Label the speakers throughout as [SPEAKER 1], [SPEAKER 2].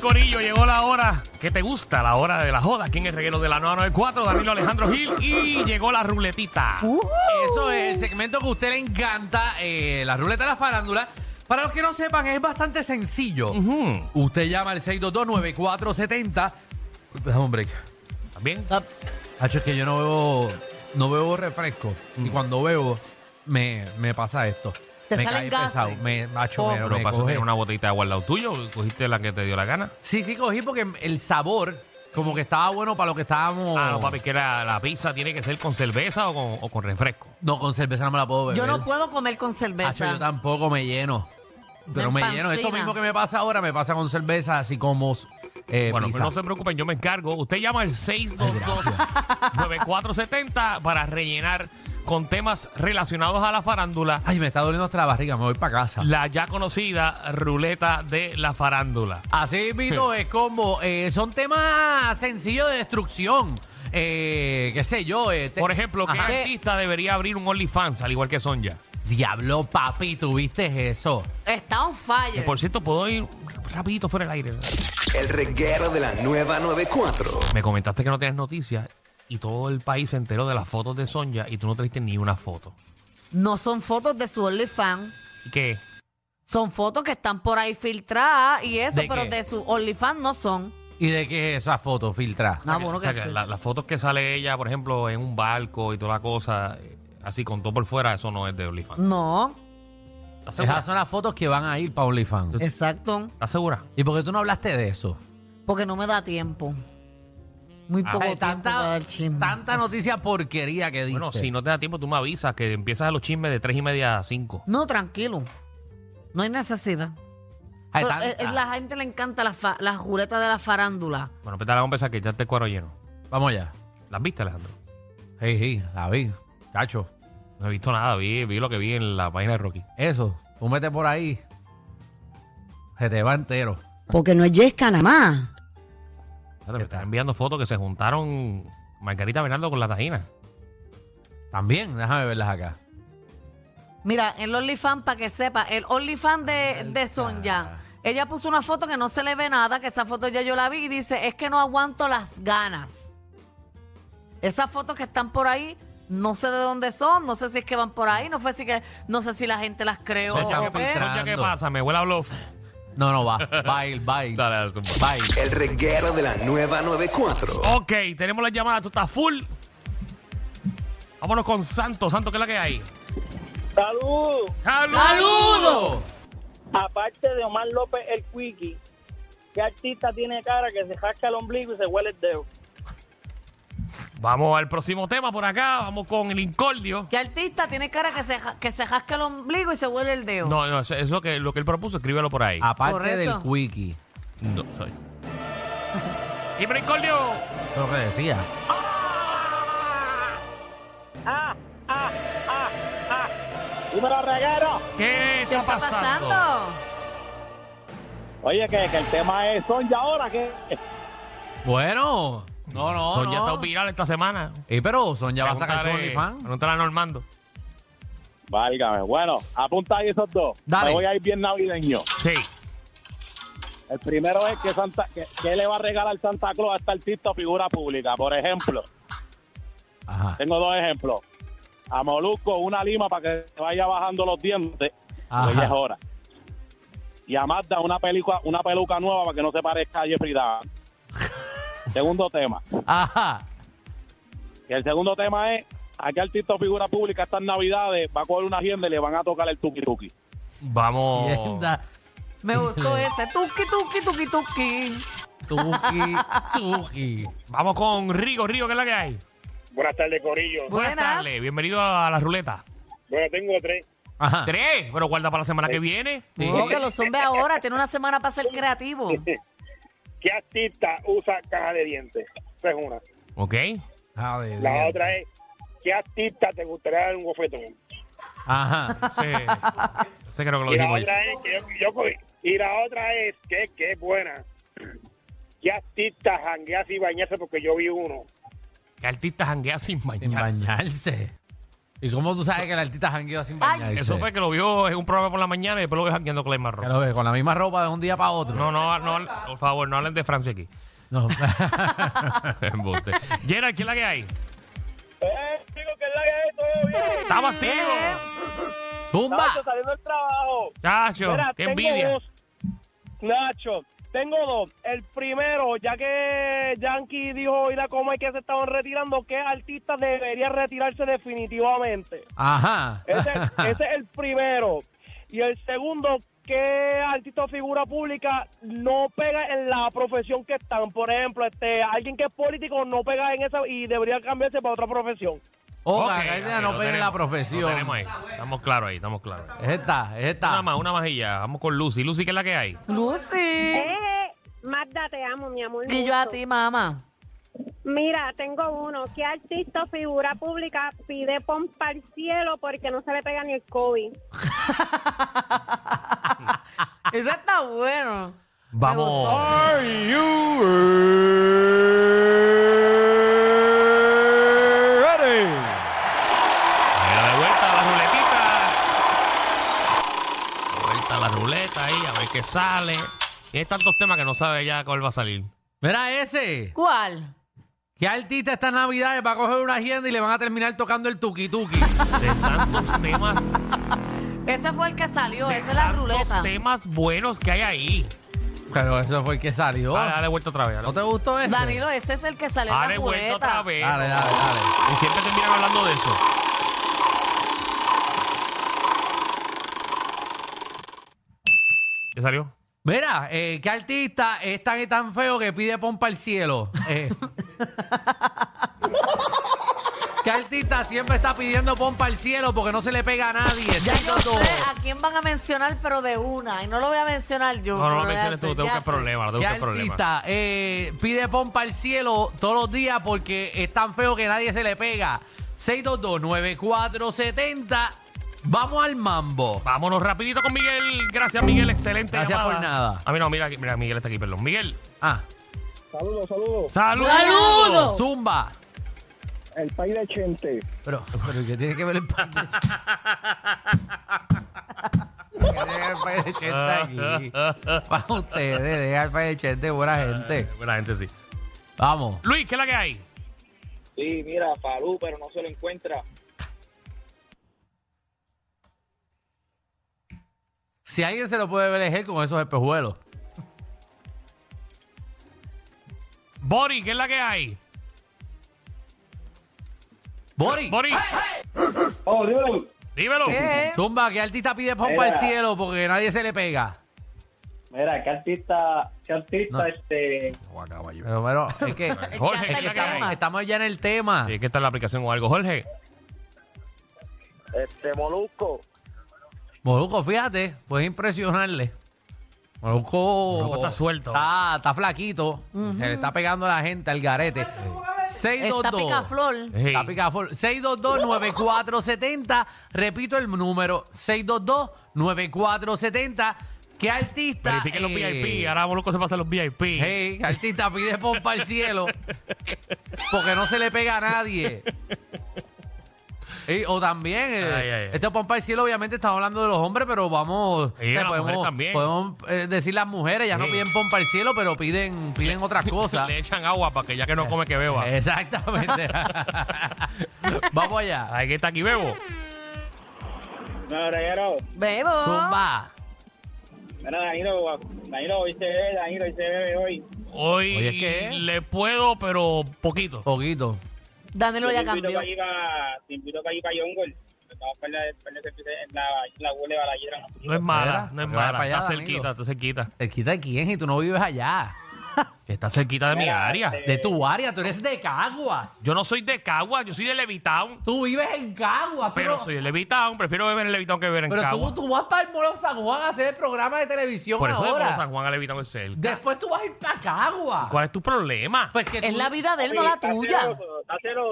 [SPEAKER 1] Corillo, llegó la hora que te gusta, la hora de la joda. Aquí en el reguero de la 994, Danilo Alejandro Gil. Y llegó la ruletita.
[SPEAKER 2] Uh. Eso es el segmento que a usted le encanta, eh, la ruleta de la farándula. Para los que no sepan, es bastante sencillo. Usted llama al 622-9470. Déjame un break.
[SPEAKER 1] ¿También?
[SPEAKER 2] Ah, Hacho, es que yo no bebo, no bebo refresco. Y cuando bebo, me, me pasa esto.
[SPEAKER 3] Te
[SPEAKER 2] me
[SPEAKER 3] salen gases.
[SPEAKER 2] pesado. Me, macho,
[SPEAKER 3] Oh.
[SPEAKER 2] me-
[SPEAKER 1] Pero
[SPEAKER 2] me
[SPEAKER 1] pasó
[SPEAKER 2] coge.
[SPEAKER 1] tener una botita de agua al lado tuyo. Cogiste la que te dio la gana.
[SPEAKER 2] Sí, sí, cogí porque el sabor como que estaba bueno para lo que estábamos...
[SPEAKER 1] Ah, no, papi, que la, la pizza tiene que ser con cerveza o con, o con refresco.
[SPEAKER 2] No, con cerveza no me la puedo beber.
[SPEAKER 3] Yo no puedo comer con
[SPEAKER 2] Hacho, Ah, yo
[SPEAKER 3] cerveza.
[SPEAKER 2] tampoco me lleno. Pero me,
[SPEAKER 3] Me
[SPEAKER 2] lleno. Esto
[SPEAKER 3] empancina.
[SPEAKER 2] mismo que me pasa ahora me pasa con cerveza, así como. eh,
[SPEAKER 1] Bueno,
[SPEAKER 2] pizza.
[SPEAKER 1] pero no se preocupen, yo me encargo. Usted llama al 622-9470 para rellenar con temas relacionados a la farándula
[SPEAKER 2] Ay, me está doliendo hasta la barriga, me voy para casa.
[SPEAKER 1] la ya conocida ruleta de la farándula.
[SPEAKER 2] Así mismo es como. eh, son temas sencillos de destrucción. Eh, qué sé yo. eh, te-
[SPEAKER 1] Por ejemplo, ¿qué
[SPEAKER 2] Ajá.
[SPEAKER 1] artista debería abrir un OnlyFans al igual que Sonja?
[SPEAKER 2] Diablo, papi, ¿tuviste eso?
[SPEAKER 3] Está on
[SPEAKER 1] Que
[SPEAKER 3] fire.
[SPEAKER 1] por cierto, puedo ir rapidito fuera del aire.
[SPEAKER 4] El reguero de la nueva 94.
[SPEAKER 1] Me comentaste que no tienes noticias y todo el país se enteró de las fotos de Sonja y tú no trajiste ni una foto.
[SPEAKER 3] No son fotos de su OnlyFans.
[SPEAKER 1] ¿Y qué?
[SPEAKER 3] Son fotos que están por ahí filtradas y eso,
[SPEAKER 2] ¿De
[SPEAKER 3] pero
[SPEAKER 2] qué?
[SPEAKER 3] de su OnlyFans no son.
[SPEAKER 2] ¿Y de qué es esa foto filtra?
[SPEAKER 3] No, bueno,
[SPEAKER 1] O sea,
[SPEAKER 3] que
[SPEAKER 1] que
[SPEAKER 3] sí.
[SPEAKER 1] la- las fotos que sale ella, por ejemplo, en un barco y toda la cosa, eh, así con todo por fuera, eso no es de OnlyFans.
[SPEAKER 2] Mm.
[SPEAKER 3] No,
[SPEAKER 1] ¿Estás segura?
[SPEAKER 2] Esas son las fotos que van a ir para OnlyFans.
[SPEAKER 3] Eh. exacto.
[SPEAKER 1] ¿Estás segura?
[SPEAKER 2] ¿Y por qué tú no hablaste de eso?
[SPEAKER 3] Porque no me da tiempo. Muy poco
[SPEAKER 2] Ay,
[SPEAKER 3] Ah. tiempo para
[SPEAKER 2] tanta,
[SPEAKER 3] dar chisme.
[SPEAKER 2] tanta noticia porquería que diste.
[SPEAKER 1] Bueno, si no te da tiempo, tú me avisas que empiezas a los chismes de tres y media a 5.
[SPEAKER 3] No, tranquilo. No hay necesidad.
[SPEAKER 2] Ay, Ah,
[SPEAKER 3] Pero,
[SPEAKER 2] tanta-
[SPEAKER 3] eh, eh, la gente le encanta la, fa- la jureta de la farándula.
[SPEAKER 1] Bueno, pues dale, vamos a empezar que ya te cuero lleno.
[SPEAKER 2] Vamos allá.
[SPEAKER 1] ¿Las viste, Alejandro?
[SPEAKER 2] Sí, sí, la vi. Cacho,
[SPEAKER 1] No he visto nada, vi, vi lo que vi en la página de Rocky.
[SPEAKER 2] eso, tú metes por ahí, se te va entero.
[SPEAKER 5] Porque no es yesca nada más.
[SPEAKER 1] Espérate, Ah, Me están enviando fotos que se juntaron Margarita Bernardo con la tajina.
[SPEAKER 2] También, déjame verlas acá.
[SPEAKER 3] Mira, el OnlyFans, para que sepa, el OnlyFans de, de Sonja. Ella puso una foto que no se le ve nada, que esa foto ya yo la vi y dice, es que no aguanto las ganas. Esas fotos que están por ahí, no sé de dónde son, no sé si es que van por ahí, no, fue si que, no sé si la gente las creó.
[SPEAKER 2] Sonja,
[SPEAKER 3] o
[SPEAKER 2] ¿qué
[SPEAKER 3] qué.
[SPEAKER 2] filtra?
[SPEAKER 1] Sonja, ¿qué
[SPEAKER 2] Ando.
[SPEAKER 1] pasa? Me huele a bluff.
[SPEAKER 2] No, no, va, va a ir, va a ir, va
[SPEAKER 1] Dale, dale, zumba.
[SPEAKER 2] a ir.
[SPEAKER 4] El reguero de la nueva 94.
[SPEAKER 1] Ok, tenemos la llamada, tú estás full. Vámonos con Santo. Santo, ¿qué es la que hay?
[SPEAKER 6] Salud.
[SPEAKER 1] ¡Salud!
[SPEAKER 6] Aparte de Omar López el Quickie, ¿qué artista tiene cara que se jasca el ombligo y se huele el dedo?
[SPEAKER 1] Vamos al próximo tema por acá. Vamos con el incordio.
[SPEAKER 3] ¿Qué artista tiene cara que se, ja- que se jasca el ombligo y se huele el dedo?
[SPEAKER 1] No, no, eso eso es lo que, lo que él propuso. Escríbelo por ahí.
[SPEAKER 3] Por
[SPEAKER 2] Aparte
[SPEAKER 3] eso.
[SPEAKER 2] del quickie,
[SPEAKER 1] Ah, No, soy. ¡Y por incordio!
[SPEAKER 2] eso es lo que decía.
[SPEAKER 6] ¡Ah! ¡Ah! ¡Ah! ¡Ah! ¡Dímelo, reguero!
[SPEAKER 1] ¿Qué
[SPEAKER 3] ¿Qué
[SPEAKER 1] está
[SPEAKER 3] está
[SPEAKER 1] pasando?
[SPEAKER 3] pasando?
[SPEAKER 6] Oye, que, que el tema es son ya ahora que...
[SPEAKER 2] Bueno, no, no,
[SPEAKER 1] Son ya
[SPEAKER 2] no.
[SPEAKER 1] está viral esta semana.
[SPEAKER 2] Eh, pero Son ya va a sacar su
[SPEAKER 1] Pregúntale-
[SPEAKER 2] OnlyFans.
[SPEAKER 1] Pregúntale a Normando.
[SPEAKER 6] Válgame. Bueno, apunta ahí esos dos.
[SPEAKER 2] Dale.
[SPEAKER 6] Me voy a ir bien navideño.
[SPEAKER 1] Sí.
[SPEAKER 6] El primero es que Santa... Que, que le va a regalar Santa Claus a esta artista o figura pública? Por ejemplo,
[SPEAKER 2] Ajá,
[SPEAKER 6] tengo dos ejemplos. A Molusco, una lima para que se vaya bajando los dientes.
[SPEAKER 2] Ajá.
[SPEAKER 6] Pues ya es hora. Y a Magda una película, una peluca nueva para que no se parezca a Jeffrey Dahmer. segundo tema.
[SPEAKER 2] ajá.
[SPEAKER 6] Y el segundo tema es, ¿a qué artista o figura pública estas navidades va a coger una agenda y le van a tocar el tuki tuki?
[SPEAKER 1] Vamos.
[SPEAKER 2] Tienda,
[SPEAKER 3] Me gustó ese. Tuki, tuki, tuki, tuki.
[SPEAKER 2] Tuki, tuki.
[SPEAKER 1] Vamos con Rigo. Rigo, ¿qué es la que hay?
[SPEAKER 7] Buenas tardes, Corillo.
[SPEAKER 3] Buenas.
[SPEAKER 1] tardes. Bienvenido a la ruleta.
[SPEAKER 7] Bueno, tengo tres.
[SPEAKER 2] Ajá.
[SPEAKER 1] Tres, pero guarda para la semana que viene.
[SPEAKER 3] No, que los hombres ahora tienen una semana para ser creativos.
[SPEAKER 7] ¿Qué artista usa caja de dientes? Esa es una.
[SPEAKER 1] Ok.
[SPEAKER 2] Joder,
[SPEAKER 7] La
[SPEAKER 2] bien.
[SPEAKER 7] otra es, ¿qué artista te gustaría dar un bofetón?
[SPEAKER 2] Ajá.
[SPEAKER 1] Sí. Ese creo que lo
[SPEAKER 7] Y la
[SPEAKER 1] dijimos ayer.
[SPEAKER 7] otra es, que yo, yo cogí- y la otra es, que, que es buena. ¿Qué artista jangueas y bañarse? Porque yo vi uno.
[SPEAKER 1] Que artista janguea sin
[SPEAKER 2] Sin
[SPEAKER 1] bañarse.
[SPEAKER 2] bañarse. ¿Y ¿Y cómo tú sabes que el artista jangueó sin bañar?
[SPEAKER 1] Eso fue que lo vio en un programa por la mañana y después lo vio jangueando con la misma ropa.
[SPEAKER 2] lo ve con la misma ropa de un día para otro.
[SPEAKER 1] No, no, no, por favor, no hablen de Francia aquí.
[SPEAKER 2] No. Embuste.
[SPEAKER 1] Gerald, ¿qué es la que hay?
[SPEAKER 7] Eh, digo que la haya hecho todo bien.
[SPEAKER 1] ¡Estamos activos!
[SPEAKER 2] ¡Zumba!
[SPEAKER 7] Nacho, saliendo del trabajo.
[SPEAKER 1] Chacho,
[SPEAKER 7] Mira,
[SPEAKER 1] qué
[SPEAKER 7] tengo
[SPEAKER 1] envidia.
[SPEAKER 7] dos. Nacho, tengo dos. El primero, ya que Yankee dijo y la coma y que se estaban retirando, ¿qué artista debería retirarse definitivamente?
[SPEAKER 2] Ajá.
[SPEAKER 7] Ese, ese es el primero. Y el segundo, ¿qué artista o figura pública no pega en la profesión que están? Por ejemplo, este, alguien que es político no pega en esa y debería cambiarse para otra profesión.
[SPEAKER 2] Oh,
[SPEAKER 1] Ok,
[SPEAKER 2] la
[SPEAKER 1] ahí
[SPEAKER 2] idea
[SPEAKER 1] lo
[SPEAKER 2] no pegue
[SPEAKER 1] tenemos,
[SPEAKER 2] la
[SPEAKER 1] lo
[SPEAKER 2] profesión.
[SPEAKER 1] tenemos ahí. Estamos claros ahí, estamos claros.
[SPEAKER 2] Es esta, es esta.
[SPEAKER 1] Una más, una majilla. Vamos con Lucy. Lucy, ¿qué es la que hay?
[SPEAKER 3] Lucy.
[SPEAKER 8] Eh, Magda, te amo, mi amor.
[SPEAKER 3] Y yo a
[SPEAKER 8] mucho.
[SPEAKER 3] ti, mamá.
[SPEAKER 8] Mira, tengo uno. ¿Qué artista o figura pública pide pompa al cielo porque no se le pega ni el COVID?
[SPEAKER 3] Ese está bueno.
[SPEAKER 2] Vamos.
[SPEAKER 1] Mira, de vuelta a la ruletita. De vuelta a la ruleta ahí, a ver qué sale. Tiene tantos temas que no sabe ya cuál va a salir.
[SPEAKER 2] Mira ese.
[SPEAKER 3] ¿Cuál?
[SPEAKER 2] ¿Qué artista esta Navidad va a coger una agenda y le van a terminar tocando el tuki tuki?
[SPEAKER 1] De tantos temas.
[SPEAKER 3] Ese fue el que salió,
[SPEAKER 1] de
[SPEAKER 3] esa es la
[SPEAKER 1] tantos
[SPEAKER 3] ruleta.
[SPEAKER 1] temas buenos que hay ahí.
[SPEAKER 2] Pero eso fue el que salió.
[SPEAKER 1] Dale, dale vuelta otra vez.
[SPEAKER 2] ¿No
[SPEAKER 1] Dale,
[SPEAKER 2] te gustó ese?
[SPEAKER 3] Danilo, ese es el que salió en
[SPEAKER 1] dale
[SPEAKER 3] Oh. la
[SPEAKER 1] vuelta otra
[SPEAKER 3] ruleta.
[SPEAKER 1] vez.
[SPEAKER 2] Dale, dale, dale.
[SPEAKER 1] Y siempre terminan hablando de eso. ¿Qué salió?
[SPEAKER 2] Mira, eh, ¿qué artista es tan y tan feo que pide pompa al cielo? Eh, ¿Qué artista siempre está pidiendo pompa al cielo porque no se le pega a nadie?
[SPEAKER 3] Ya yo
[SPEAKER 2] Siendo-
[SPEAKER 3] sé a quién van a mencionar, pero de una. Y no lo voy a mencionar yo.
[SPEAKER 1] No, no
[SPEAKER 3] lo
[SPEAKER 1] lo
[SPEAKER 3] voy a
[SPEAKER 1] menciones tú,
[SPEAKER 3] hacer,
[SPEAKER 1] te
[SPEAKER 3] ya
[SPEAKER 1] buscas
[SPEAKER 3] sé.
[SPEAKER 1] problemas, te
[SPEAKER 2] ¿Qué
[SPEAKER 1] buscas problemas.
[SPEAKER 2] artista eh, pide pompa al cielo todos los días porque es tan feo que nadie se le pega? 6229470. Vamos al mambo.
[SPEAKER 1] Vámonos rapidito con Miguel. Gracias, Miguel. Excelente
[SPEAKER 2] Gracias
[SPEAKER 1] llamada.
[SPEAKER 2] por nada.
[SPEAKER 1] A mí no, mira, aquí- mira, Miguel está aquí, perdón. Miguel,
[SPEAKER 2] Ah,
[SPEAKER 7] Saludos, saludos.
[SPEAKER 1] saludos.
[SPEAKER 3] ¡Saludos!
[SPEAKER 2] Zumba.
[SPEAKER 7] El país de Chente.
[SPEAKER 2] Pero, pero ¿qué tiene que ver el pan de ¿Qué tiene que ver el pan de chente aquí? Para ustedes, deja el pan de chente, buena gente.
[SPEAKER 1] Eh, Buena gente, sí.
[SPEAKER 2] Vamos.
[SPEAKER 1] Luis, ¿qué es la que hay?
[SPEAKER 7] Sí, mira, Falú, pero no se lo encuentra.
[SPEAKER 2] Si alguien se lo puede ver es él con esos espejuelos.
[SPEAKER 1] Bori, ¿qué es la que hay?
[SPEAKER 2] Bori,
[SPEAKER 1] Bori,
[SPEAKER 7] Oh, dímelo.
[SPEAKER 1] dímelo.
[SPEAKER 2] Eh,
[SPEAKER 3] ¿Qué?
[SPEAKER 2] tumba, que artista pide pompa al
[SPEAKER 7] Mira.
[SPEAKER 2] cielo porque nadie se le pega.
[SPEAKER 7] Mira, qué artista, qué artista,
[SPEAKER 2] No.
[SPEAKER 7] este...
[SPEAKER 2] Pero, pero es que, es
[SPEAKER 1] Jorge,
[SPEAKER 3] Ya
[SPEAKER 1] ¿qué
[SPEAKER 3] está
[SPEAKER 1] es la
[SPEAKER 3] el
[SPEAKER 1] que hay?
[SPEAKER 3] tema.
[SPEAKER 2] que estamos ya en el tema.
[SPEAKER 1] Sí, es que está en la aplicación o algo. Jorge,
[SPEAKER 7] Este, Molusco.
[SPEAKER 2] Molusco, fíjate, puedes impresionarle. Molusco,
[SPEAKER 1] Molusco está suelto.
[SPEAKER 2] Está, está flaquito. Se le está pegando a la gente al garete. 622.
[SPEAKER 3] Está picaflor.
[SPEAKER 1] Sí.
[SPEAKER 2] Está picaflor. 622-9470. Repito el número. 622-9470. ¿Qué artista?
[SPEAKER 1] verifiquen los
[SPEAKER 2] eh,
[SPEAKER 1] VIP. Ahora Molusco se pasa a los VIP.
[SPEAKER 2] Hey, ¿qué artista pide pompa al cielo. Porque no se le pega a nadie. Y- o también, eh,
[SPEAKER 1] Ay, ay, ay.
[SPEAKER 2] este pompa al cielo, obviamente estamos hablando de los hombres, pero vamos.
[SPEAKER 1] Sí, las mujeres también.
[SPEAKER 2] podemos, eh, decir las mujeres, ya no
[SPEAKER 1] Sí.
[SPEAKER 2] piden pompa al cielo, pero piden, piden otras cosas.
[SPEAKER 1] Le echan agua para que ya
[SPEAKER 2] Eh,
[SPEAKER 1] que no come que beba.
[SPEAKER 2] Exactamente. Vamos allá.
[SPEAKER 1] Ahí que está aquí, bebo.
[SPEAKER 7] No, reguero.
[SPEAKER 3] Bebo.
[SPEAKER 2] Zumba.
[SPEAKER 7] Mira, Danilo, Danilo, hoy se ve, Danilo, hoy se ve hoy.
[SPEAKER 1] Hoy
[SPEAKER 2] Oye, ¿qué?
[SPEAKER 1] le puedo, pero poquito.
[SPEAKER 2] Poquito.
[SPEAKER 3] Danilo ya cambió.
[SPEAKER 7] Te invito para ir para Yongol. Estamos para la, para la, la huelga, la hidra.
[SPEAKER 1] No es mala,
[SPEAKER 2] Mira,
[SPEAKER 1] no es
[SPEAKER 2] mira para
[SPEAKER 1] mala.
[SPEAKER 2] allá,
[SPEAKER 1] Está
[SPEAKER 2] Danilo.
[SPEAKER 1] cerquita, está cerquita.
[SPEAKER 2] ¿Te quita quién? Y tú no vives allá.
[SPEAKER 1] Está cerquita de mi
[SPEAKER 7] Mira,
[SPEAKER 1] área.
[SPEAKER 7] este-
[SPEAKER 2] De tu área, tú eres de Caguas.
[SPEAKER 1] Yo no soy de Cagua, yo soy de Levitown.
[SPEAKER 2] Tú vives en Caguas. tú
[SPEAKER 1] Pero
[SPEAKER 2] no-
[SPEAKER 1] soy de Levitown, prefiero beber en Levitown que beber en
[SPEAKER 2] Pero
[SPEAKER 1] Cagua.
[SPEAKER 2] tú, tú vas para el Molo San Juan a hacer el programa de televisión
[SPEAKER 1] Por eso de
[SPEAKER 2] ahora.
[SPEAKER 1] Pueblo San Juan a Levitown es cerca.
[SPEAKER 2] Después tú vas a ir para Cagua.
[SPEAKER 1] ¿Cuál es tu problema?
[SPEAKER 2] Pues que
[SPEAKER 3] Es
[SPEAKER 2] tú-
[SPEAKER 3] la vida de él, no la tuya.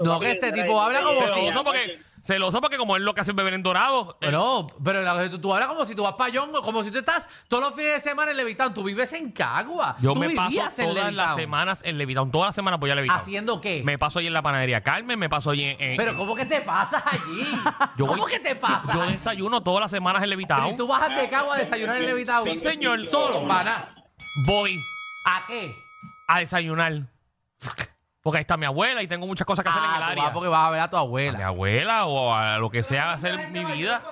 [SPEAKER 2] No, que este tipo habla como
[SPEAKER 1] Celoso
[SPEAKER 2] si-
[SPEAKER 1] porque Celoso porque como él lo que hace es beber en dorado. eh,
[SPEAKER 2] Pero, pero la- tú, tú hablas como si tú vas para Yongo, como si tú estás todos los fines de semana en Levitown. Tú vives en Cagua.
[SPEAKER 1] yo
[SPEAKER 2] Tú
[SPEAKER 1] me paso
[SPEAKER 2] vivías en
[SPEAKER 1] todas las
[SPEAKER 2] Levittown.
[SPEAKER 1] semanas en Levitown. Todas las semanas voy a Levitown.
[SPEAKER 2] ¿Haciendo qué?
[SPEAKER 1] Me paso allí en la panadería Carmen, me paso allí en... en-
[SPEAKER 2] Pero ¿cómo que te pasas allí?
[SPEAKER 1] yo
[SPEAKER 2] ¿Cómo
[SPEAKER 1] voy-
[SPEAKER 2] que te pasas?
[SPEAKER 1] Yo desayuno todas las semanas en
[SPEAKER 2] ¿Y
[SPEAKER 1] Levitown.
[SPEAKER 2] tú bajas de Cagua a desayunar en Levitown?
[SPEAKER 1] Sí, señor.
[SPEAKER 2] Solo, pana.
[SPEAKER 1] Voy
[SPEAKER 2] ¿A qué?
[SPEAKER 1] a desayunar. Porque ahí está mi abuela y tengo muchas cosas que hacer en el
[SPEAKER 2] Ah, tú
[SPEAKER 1] área.
[SPEAKER 2] vas porque vas a ver a tu
[SPEAKER 1] a mi
[SPEAKER 2] abuela.
[SPEAKER 1] abuela o a lo que sea hacer mi vida.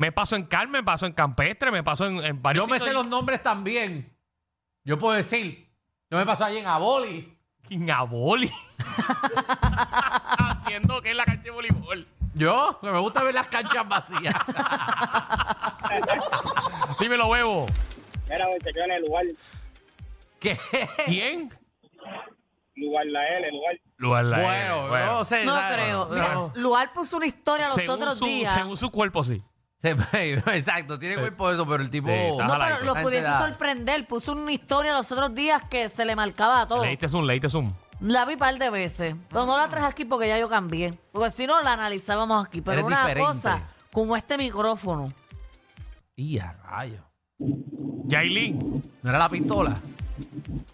[SPEAKER 1] Me paso en Carmen, me paso en Campestre, me paso en, en varios
[SPEAKER 2] Yo me
[SPEAKER 1] sitios
[SPEAKER 2] sé los nombres también. Yo puedo decir, yo me paso allí en Aboli.
[SPEAKER 1] y- en Aboli. Haciendo que es la cancha de voleibol.
[SPEAKER 2] Yo, que me gusta ver las canchas vacías.
[SPEAKER 1] Dímelo, huevo.
[SPEAKER 6] Mira, se quedó en el lugar,
[SPEAKER 2] ¿Qué?
[SPEAKER 1] ¿Quién?
[SPEAKER 6] lugar la L, lugar.
[SPEAKER 1] Lugar la
[SPEAKER 2] Bueno,
[SPEAKER 1] L, bueno.
[SPEAKER 2] no sé.
[SPEAKER 3] No
[SPEAKER 2] nada.
[SPEAKER 3] creo. Mira,
[SPEAKER 2] No.
[SPEAKER 3] Luar puso una historia los
[SPEAKER 1] según,
[SPEAKER 3] otros
[SPEAKER 1] su,
[SPEAKER 3] días.
[SPEAKER 1] según su cuerpo, sí.
[SPEAKER 2] Se- Exacto, tiene cuerpo de eso, pero el tipo.
[SPEAKER 1] Sí, está
[SPEAKER 3] No,
[SPEAKER 1] Ajá, la
[SPEAKER 3] pero
[SPEAKER 1] gente.
[SPEAKER 3] lo
[SPEAKER 2] La
[SPEAKER 3] pudiese
[SPEAKER 2] gente da.
[SPEAKER 3] sorprender. Puso una historia los otros días que se le marcaba a todo.
[SPEAKER 1] Leíste Zoom, leíste Zoom.
[SPEAKER 3] La vi par de veces. Pero no
[SPEAKER 2] Ah.
[SPEAKER 3] la traje aquí porque ya yo cambié. Porque si no, la analizábamos aquí. Pero
[SPEAKER 2] Eres
[SPEAKER 3] una
[SPEAKER 2] diferente.
[SPEAKER 3] cosa, como este micrófono.
[SPEAKER 2] Y a rayo.
[SPEAKER 1] Yailin,
[SPEAKER 2] ¿No era la pistola?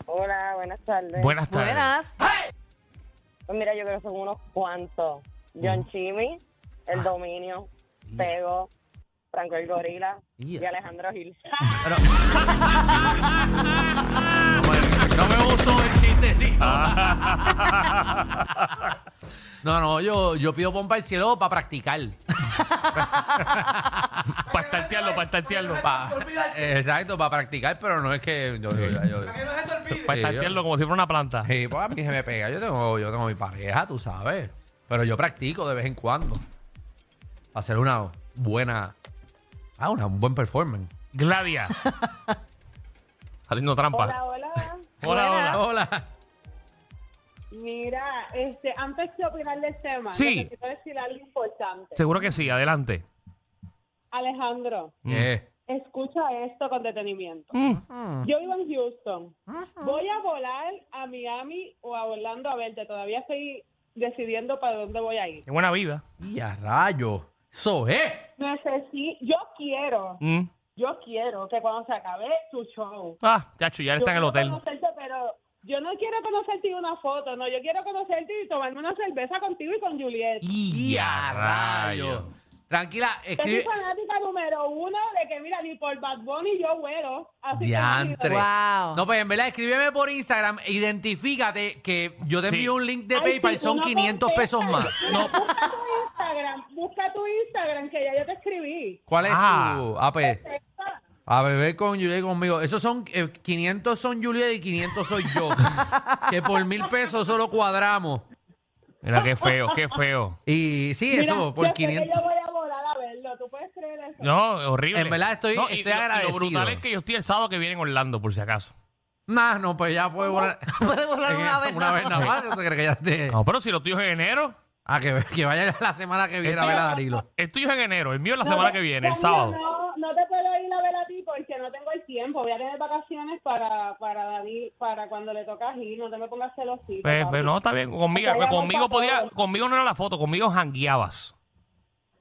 [SPEAKER 9] Hola, buenas tardes.
[SPEAKER 1] buenas tardes.
[SPEAKER 3] Buenas.
[SPEAKER 9] Pues mira, yo creo que son unos cuantos.
[SPEAKER 1] Mm.
[SPEAKER 9] John Chimmy, El
[SPEAKER 1] Ah.
[SPEAKER 9] Dominio, Tego, Franco el Gorila
[SPEAKER 2] Yeah.
[SPEAKER 9] y Alejandro Gil.
[SPEAKER 2] Pero- no me gustó el chistecito. Ah. No, no, yo, yo pido pompa al cielo para practicar.
[SPEAKER 1] Para estartearlo, para estartearlo.
[SPEAKER 2] Pa- exacto, para practicar, pero no es que. Yo, yo, yo-
[SPEAKER 1] Para
[SPEAKER 2] Sí,
[SPEAKER 1] estartearlo como si fuera una planta.
[SPEAKER 2] Sí, pues a mí se me pega. Yo tengo, yo tengo mi pareja, tú sabes. Pero yo practico de vez en cuando. Para hacer una buena. Ah, una, un buen performance.
[SPEAKER 1] Gladia. Haciendo trampa.
[SPEAKER 8] Hola, hola.
[SPEAKER 1] Hola, hola.
[SPEAKER 2] Hola.
[SPEAKER 8] Mira, este, antes de opinar del tema,
[SPEAKER 1] Sí.
[SPEAKER 8] necesito decir algo importante.
[SPEAKER 1] Seguro que sí, adelante.
[SPEAKER 8] Alejandro,
[SPEAKER 2] Eh,
[SPEAKER 8] escucha esto con detenimiento.
[SPEAKER 1] Mm.
[SPEAKER 8] Yo vivo en Houston. Voy a volar a Miami o a Orlando a verte. Todavía estoy decidiendo para dónde voy a ir.
[SPEAKER 1] Qué buena vida.
[SPEAKER 2] Y a rayo. Eso es.
[SPEAKER 8] Necesito, yo quiero,
[SPEAKER 1] Mm.
[SPEAKER 8] yo quiero que cuando se acabe tu show,
[SPEAKER 1] Ah, chacho, ya él está en el
[SPEAKER 8] Yo quiero
[SPEAKER 1] hotel.
[SPEAKER 8] conocerte, pero yo no quiero conocerte y una foto, no. Yo quiero conocerte y tomarme una cerveza contigo y con Juliet.
[SPEAKER 2] Y a rayo. Tranquila,
[SPEAKER 8] Yo soy
[SPEAKER 2] escribe.
[SPEAKER 8] fanática número uno de que, mira, ni por Bad Bunny yo vuelo. Así que,
[SPEAKER 2] Diantre.
[SPEAKER 3] Wow.
[SPEAKER 2] No, pues en verdad, escríbeme por Instagram, identifícate que yo te
[SPEAKER 1] Sí.
[SPEAKER 2] envío un link de
[SPEAKER 8] Ay,
[SPEAKER 2] PayPal,
[SPEAKER 8] si tú
[SPEAKER 2] son
[SPEAKER 8] no
[SPEAKER 2] 500 pesos más.
[SPEAKER 8] contestas, mira, Busca tu Instagram, busca tu Instagram, que ya yo te escribí.
[SPEAKER 2] ¿Cuál es
[SPEAKER 1] Ah.
[SPEAKER 2] tu? Ah, pues, a beber con Juliet y conmigo. Esos son, eh, 500 son Juliet y 500 soy yo. que por mil pesos solo cuadramos.
[SPEAKER 1] Mira, qué feo, qué feo.
[SPEAKER 2] Y sí,
[SPEAKER 8] Mira,
[SPEAKER 2] eso,
[SPEAKER 8] yo
[SPEAKER 2] por
[SPEAKER 8] sé que
[SPEAKER 2] 500.
[SPEAKER 8] yo voy a volar a verlo, ¿tú puedes creer eso?
[SPEAKER 1] No, horrible.
[SPEAKER 2] En verdad estoy-
[SPEAKER 1] No, y
[SPEAKER 2] estoy
[SPEAKER 1] lo- y
[SPEAKER 2] agradecido.
[SPEAKER 1] Lo brutal es que yo estoy el sábado que viene en Orlando, por si acaso.
[SPEAKER 2] Nah, no, pues ya puede volar.
[SPEAKER 3] Puede volar una vez
[SPEAKER 2] Una
[SPEAKER 3] nada
[SPEAKER 2] vez
[SPEAKER 3] más.
[SPEAKER 2] nada más. ¿Tú crees que ya te-
[SPEAKER 1] No, pero si lo tuyo es en enero,
[SPEAKER 2] Ah, que, que vaya la semana que viene a
[SPEAKER 1] Estoy-
[SPEAKER 2] ver a
[SPEAKER 3] Este-
[SPEAKER 2] Darilo.
[SPEAKER 1] el tuyo es en enero, el mío es la semana que viene, el
[SPEAKER 8] Cambio,
[SPEAKER 1] sábado.
[SPEAKER 8] No, no te puedo ir a ver a ti porque no tengo el tiempo. Voy a tener vacaciones para para David, para cuando le toca a Gil. No te me pongas celosito.
[SPEAKER 1] Pues,
[SPEAKER 8] papi.
[SPEAKER 1] pues no, está bien. Conmigo,
[SPEAKER 8] Porque ahí
[SPEAKER 1] conmigo
[SPEAKER 8] vamos a
[SPEAKER 1] podía,
[SPEAKER 8] todo.
[SPEAKER 1] conmigo no era la foto, conmigo jangueabas.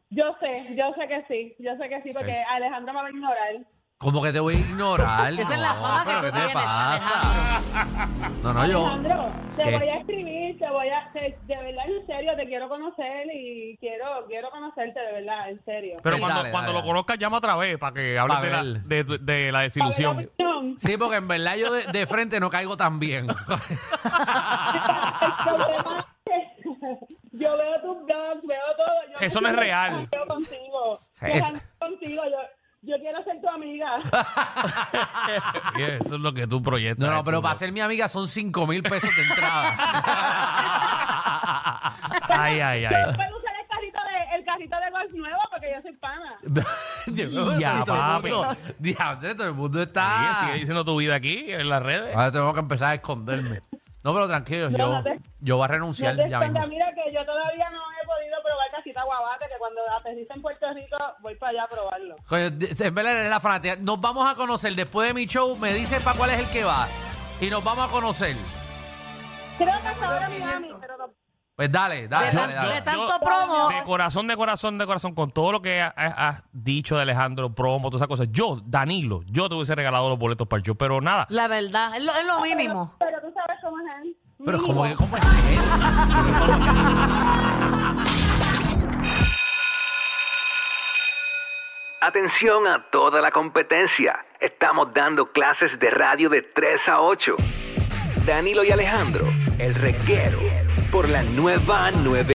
[SPEAKER 8] Yo sé, yo sé que sí. Yo sé que sí porque Alejandro me va a ignorar.
[SPEAKER 2] ¿Cómo que te voy a ignorar?
[SPEAKER 3] Esa es
[SPEAKER 2] No,
[SPEAKER 3] la fama que
[SPEAKER 2] pero
[SPEAKER 3] tú
[SPEAKER 2] ¿qué te
[SPEAKER 3] tienes,
[SPEAKER 2] pasa? No, no, yo.
[SPEAKER 8] Alejandro, te
[SPEAKER 2] ¿Qué?
[SPEAKER 8] voy a escribir, te voy a... te- de verdad, en serio, te quiero conocer y quiero quiero conocerte, de verdad, en serio.
[SPEAKER 1] Pero
[SPEAKER 2] Sí,
[SPEAKER 1] cuando,
[SPEAKER 2] dale,
[SPEAKER 1] cuando
[SPEAKER 2] dale,
[SPEAKER 1] lo
[SPEAKER 2] dale.
[SPEAKER 1] conozcas, llama otra vez para que hables
[SPEAKER 2] Pa'
[SPEAKER 1] de la, de, de la
[SPEAKER 8] A
[SPEAKER 1] desilusión.
[SPEAKER 8] ver la opinión.
[SPEAKER 2] Sí, porque en verdad yo de, de frente no caigo tan bien.
[SPEAKER 8] El problema es que Yo veo tus blogs, veo todo. Yo
[SPEAKER 1] Eso no es real.
[SPEAKER 8] Yo contigo. Yo
[SPEAKER 2] Es-
[SPEAKER 8] jangueo contigo. Yo, yo quiero ser tu amiga.
[SPEAKER 1] Sí, Eso es lo que tú proyectas.
[SPEAKER 2] No,
[SPEAKER 1] eh,
[SPEAKER 2] no, pero
[SPEAKER 1] tú.
[SPEAKER 2] para ser mi amiga son 5 mil pesos de entrada.
[SPEAKER 1] Ay, ay, ay.
[SPEAKER 8] Yo puedo usar el carrito de, el carrito de golf nuevo porque yo soy pana.
[SPEAKER 1] Ya,
[SPEAKER 2] todo el mundo- Diantre, todo el mundo
[SPEAKER 1] Sigue,
[SPEAKER 2] está.
[SPEAKER 1] sigue diciendo tu vida aquí en las redes.
[SPEAKER 2] Ahora tengo que empezar a esconderme. No, pero tranquilo,
[SPEAKER 8] No,
[SPEAKER 2] yo,
[SPEAKER 8] no te-
[SPEAKER 2] yo voy a
[SPEAKER 8] No
[SPEAKER 2] renunciar
[SPEAKER 8] te
[SPEAKER 2] ya mismo.
[SPEAKER 8] escondas, mira que yo todavía no he podido probar casita guabate, que cuando aterriza en Puerto Rico voy para allá a probarlo.
[SPEAKER 2] Coño, en verdad eres la fanática. Nos vamos a conocer después de mi show. Me dice para cuál es el que va. Y nos vamos a conocer.
[SPEAKER 8] Creo que hasta ahora Miami, pero no-
[SPEAKER 2] Pues dale, dale,
[SPEAKER 3] de, tan-
[SPEAKER 2] dale. dale.
[SPEAKER 3] de tanto promo.
[SPEAKER 1] De corazón, de corazón, de corazón, con todo lo que ha- ha- has dicho de Alejandro, promo, todas esas cosas. Yo, Danilo, yo te hubiese regalado los boletos para el show, pero nada.
[SPEAKER 3] La verdad, es lo, es lo mínimo.
[SPEAKER 8] Pero tú sabes cómo es él.
[SPEAKER 2] Pero
[SPEAKER 8] Mínimo.
[SPEAKER 2] como que, ¿cómo es?
[SPEAKER 4] Atención a toda la competencia. Estamos dando clases de radio de 3 a 8. Danilo y Alejandro, el reguero, por la nueva 9.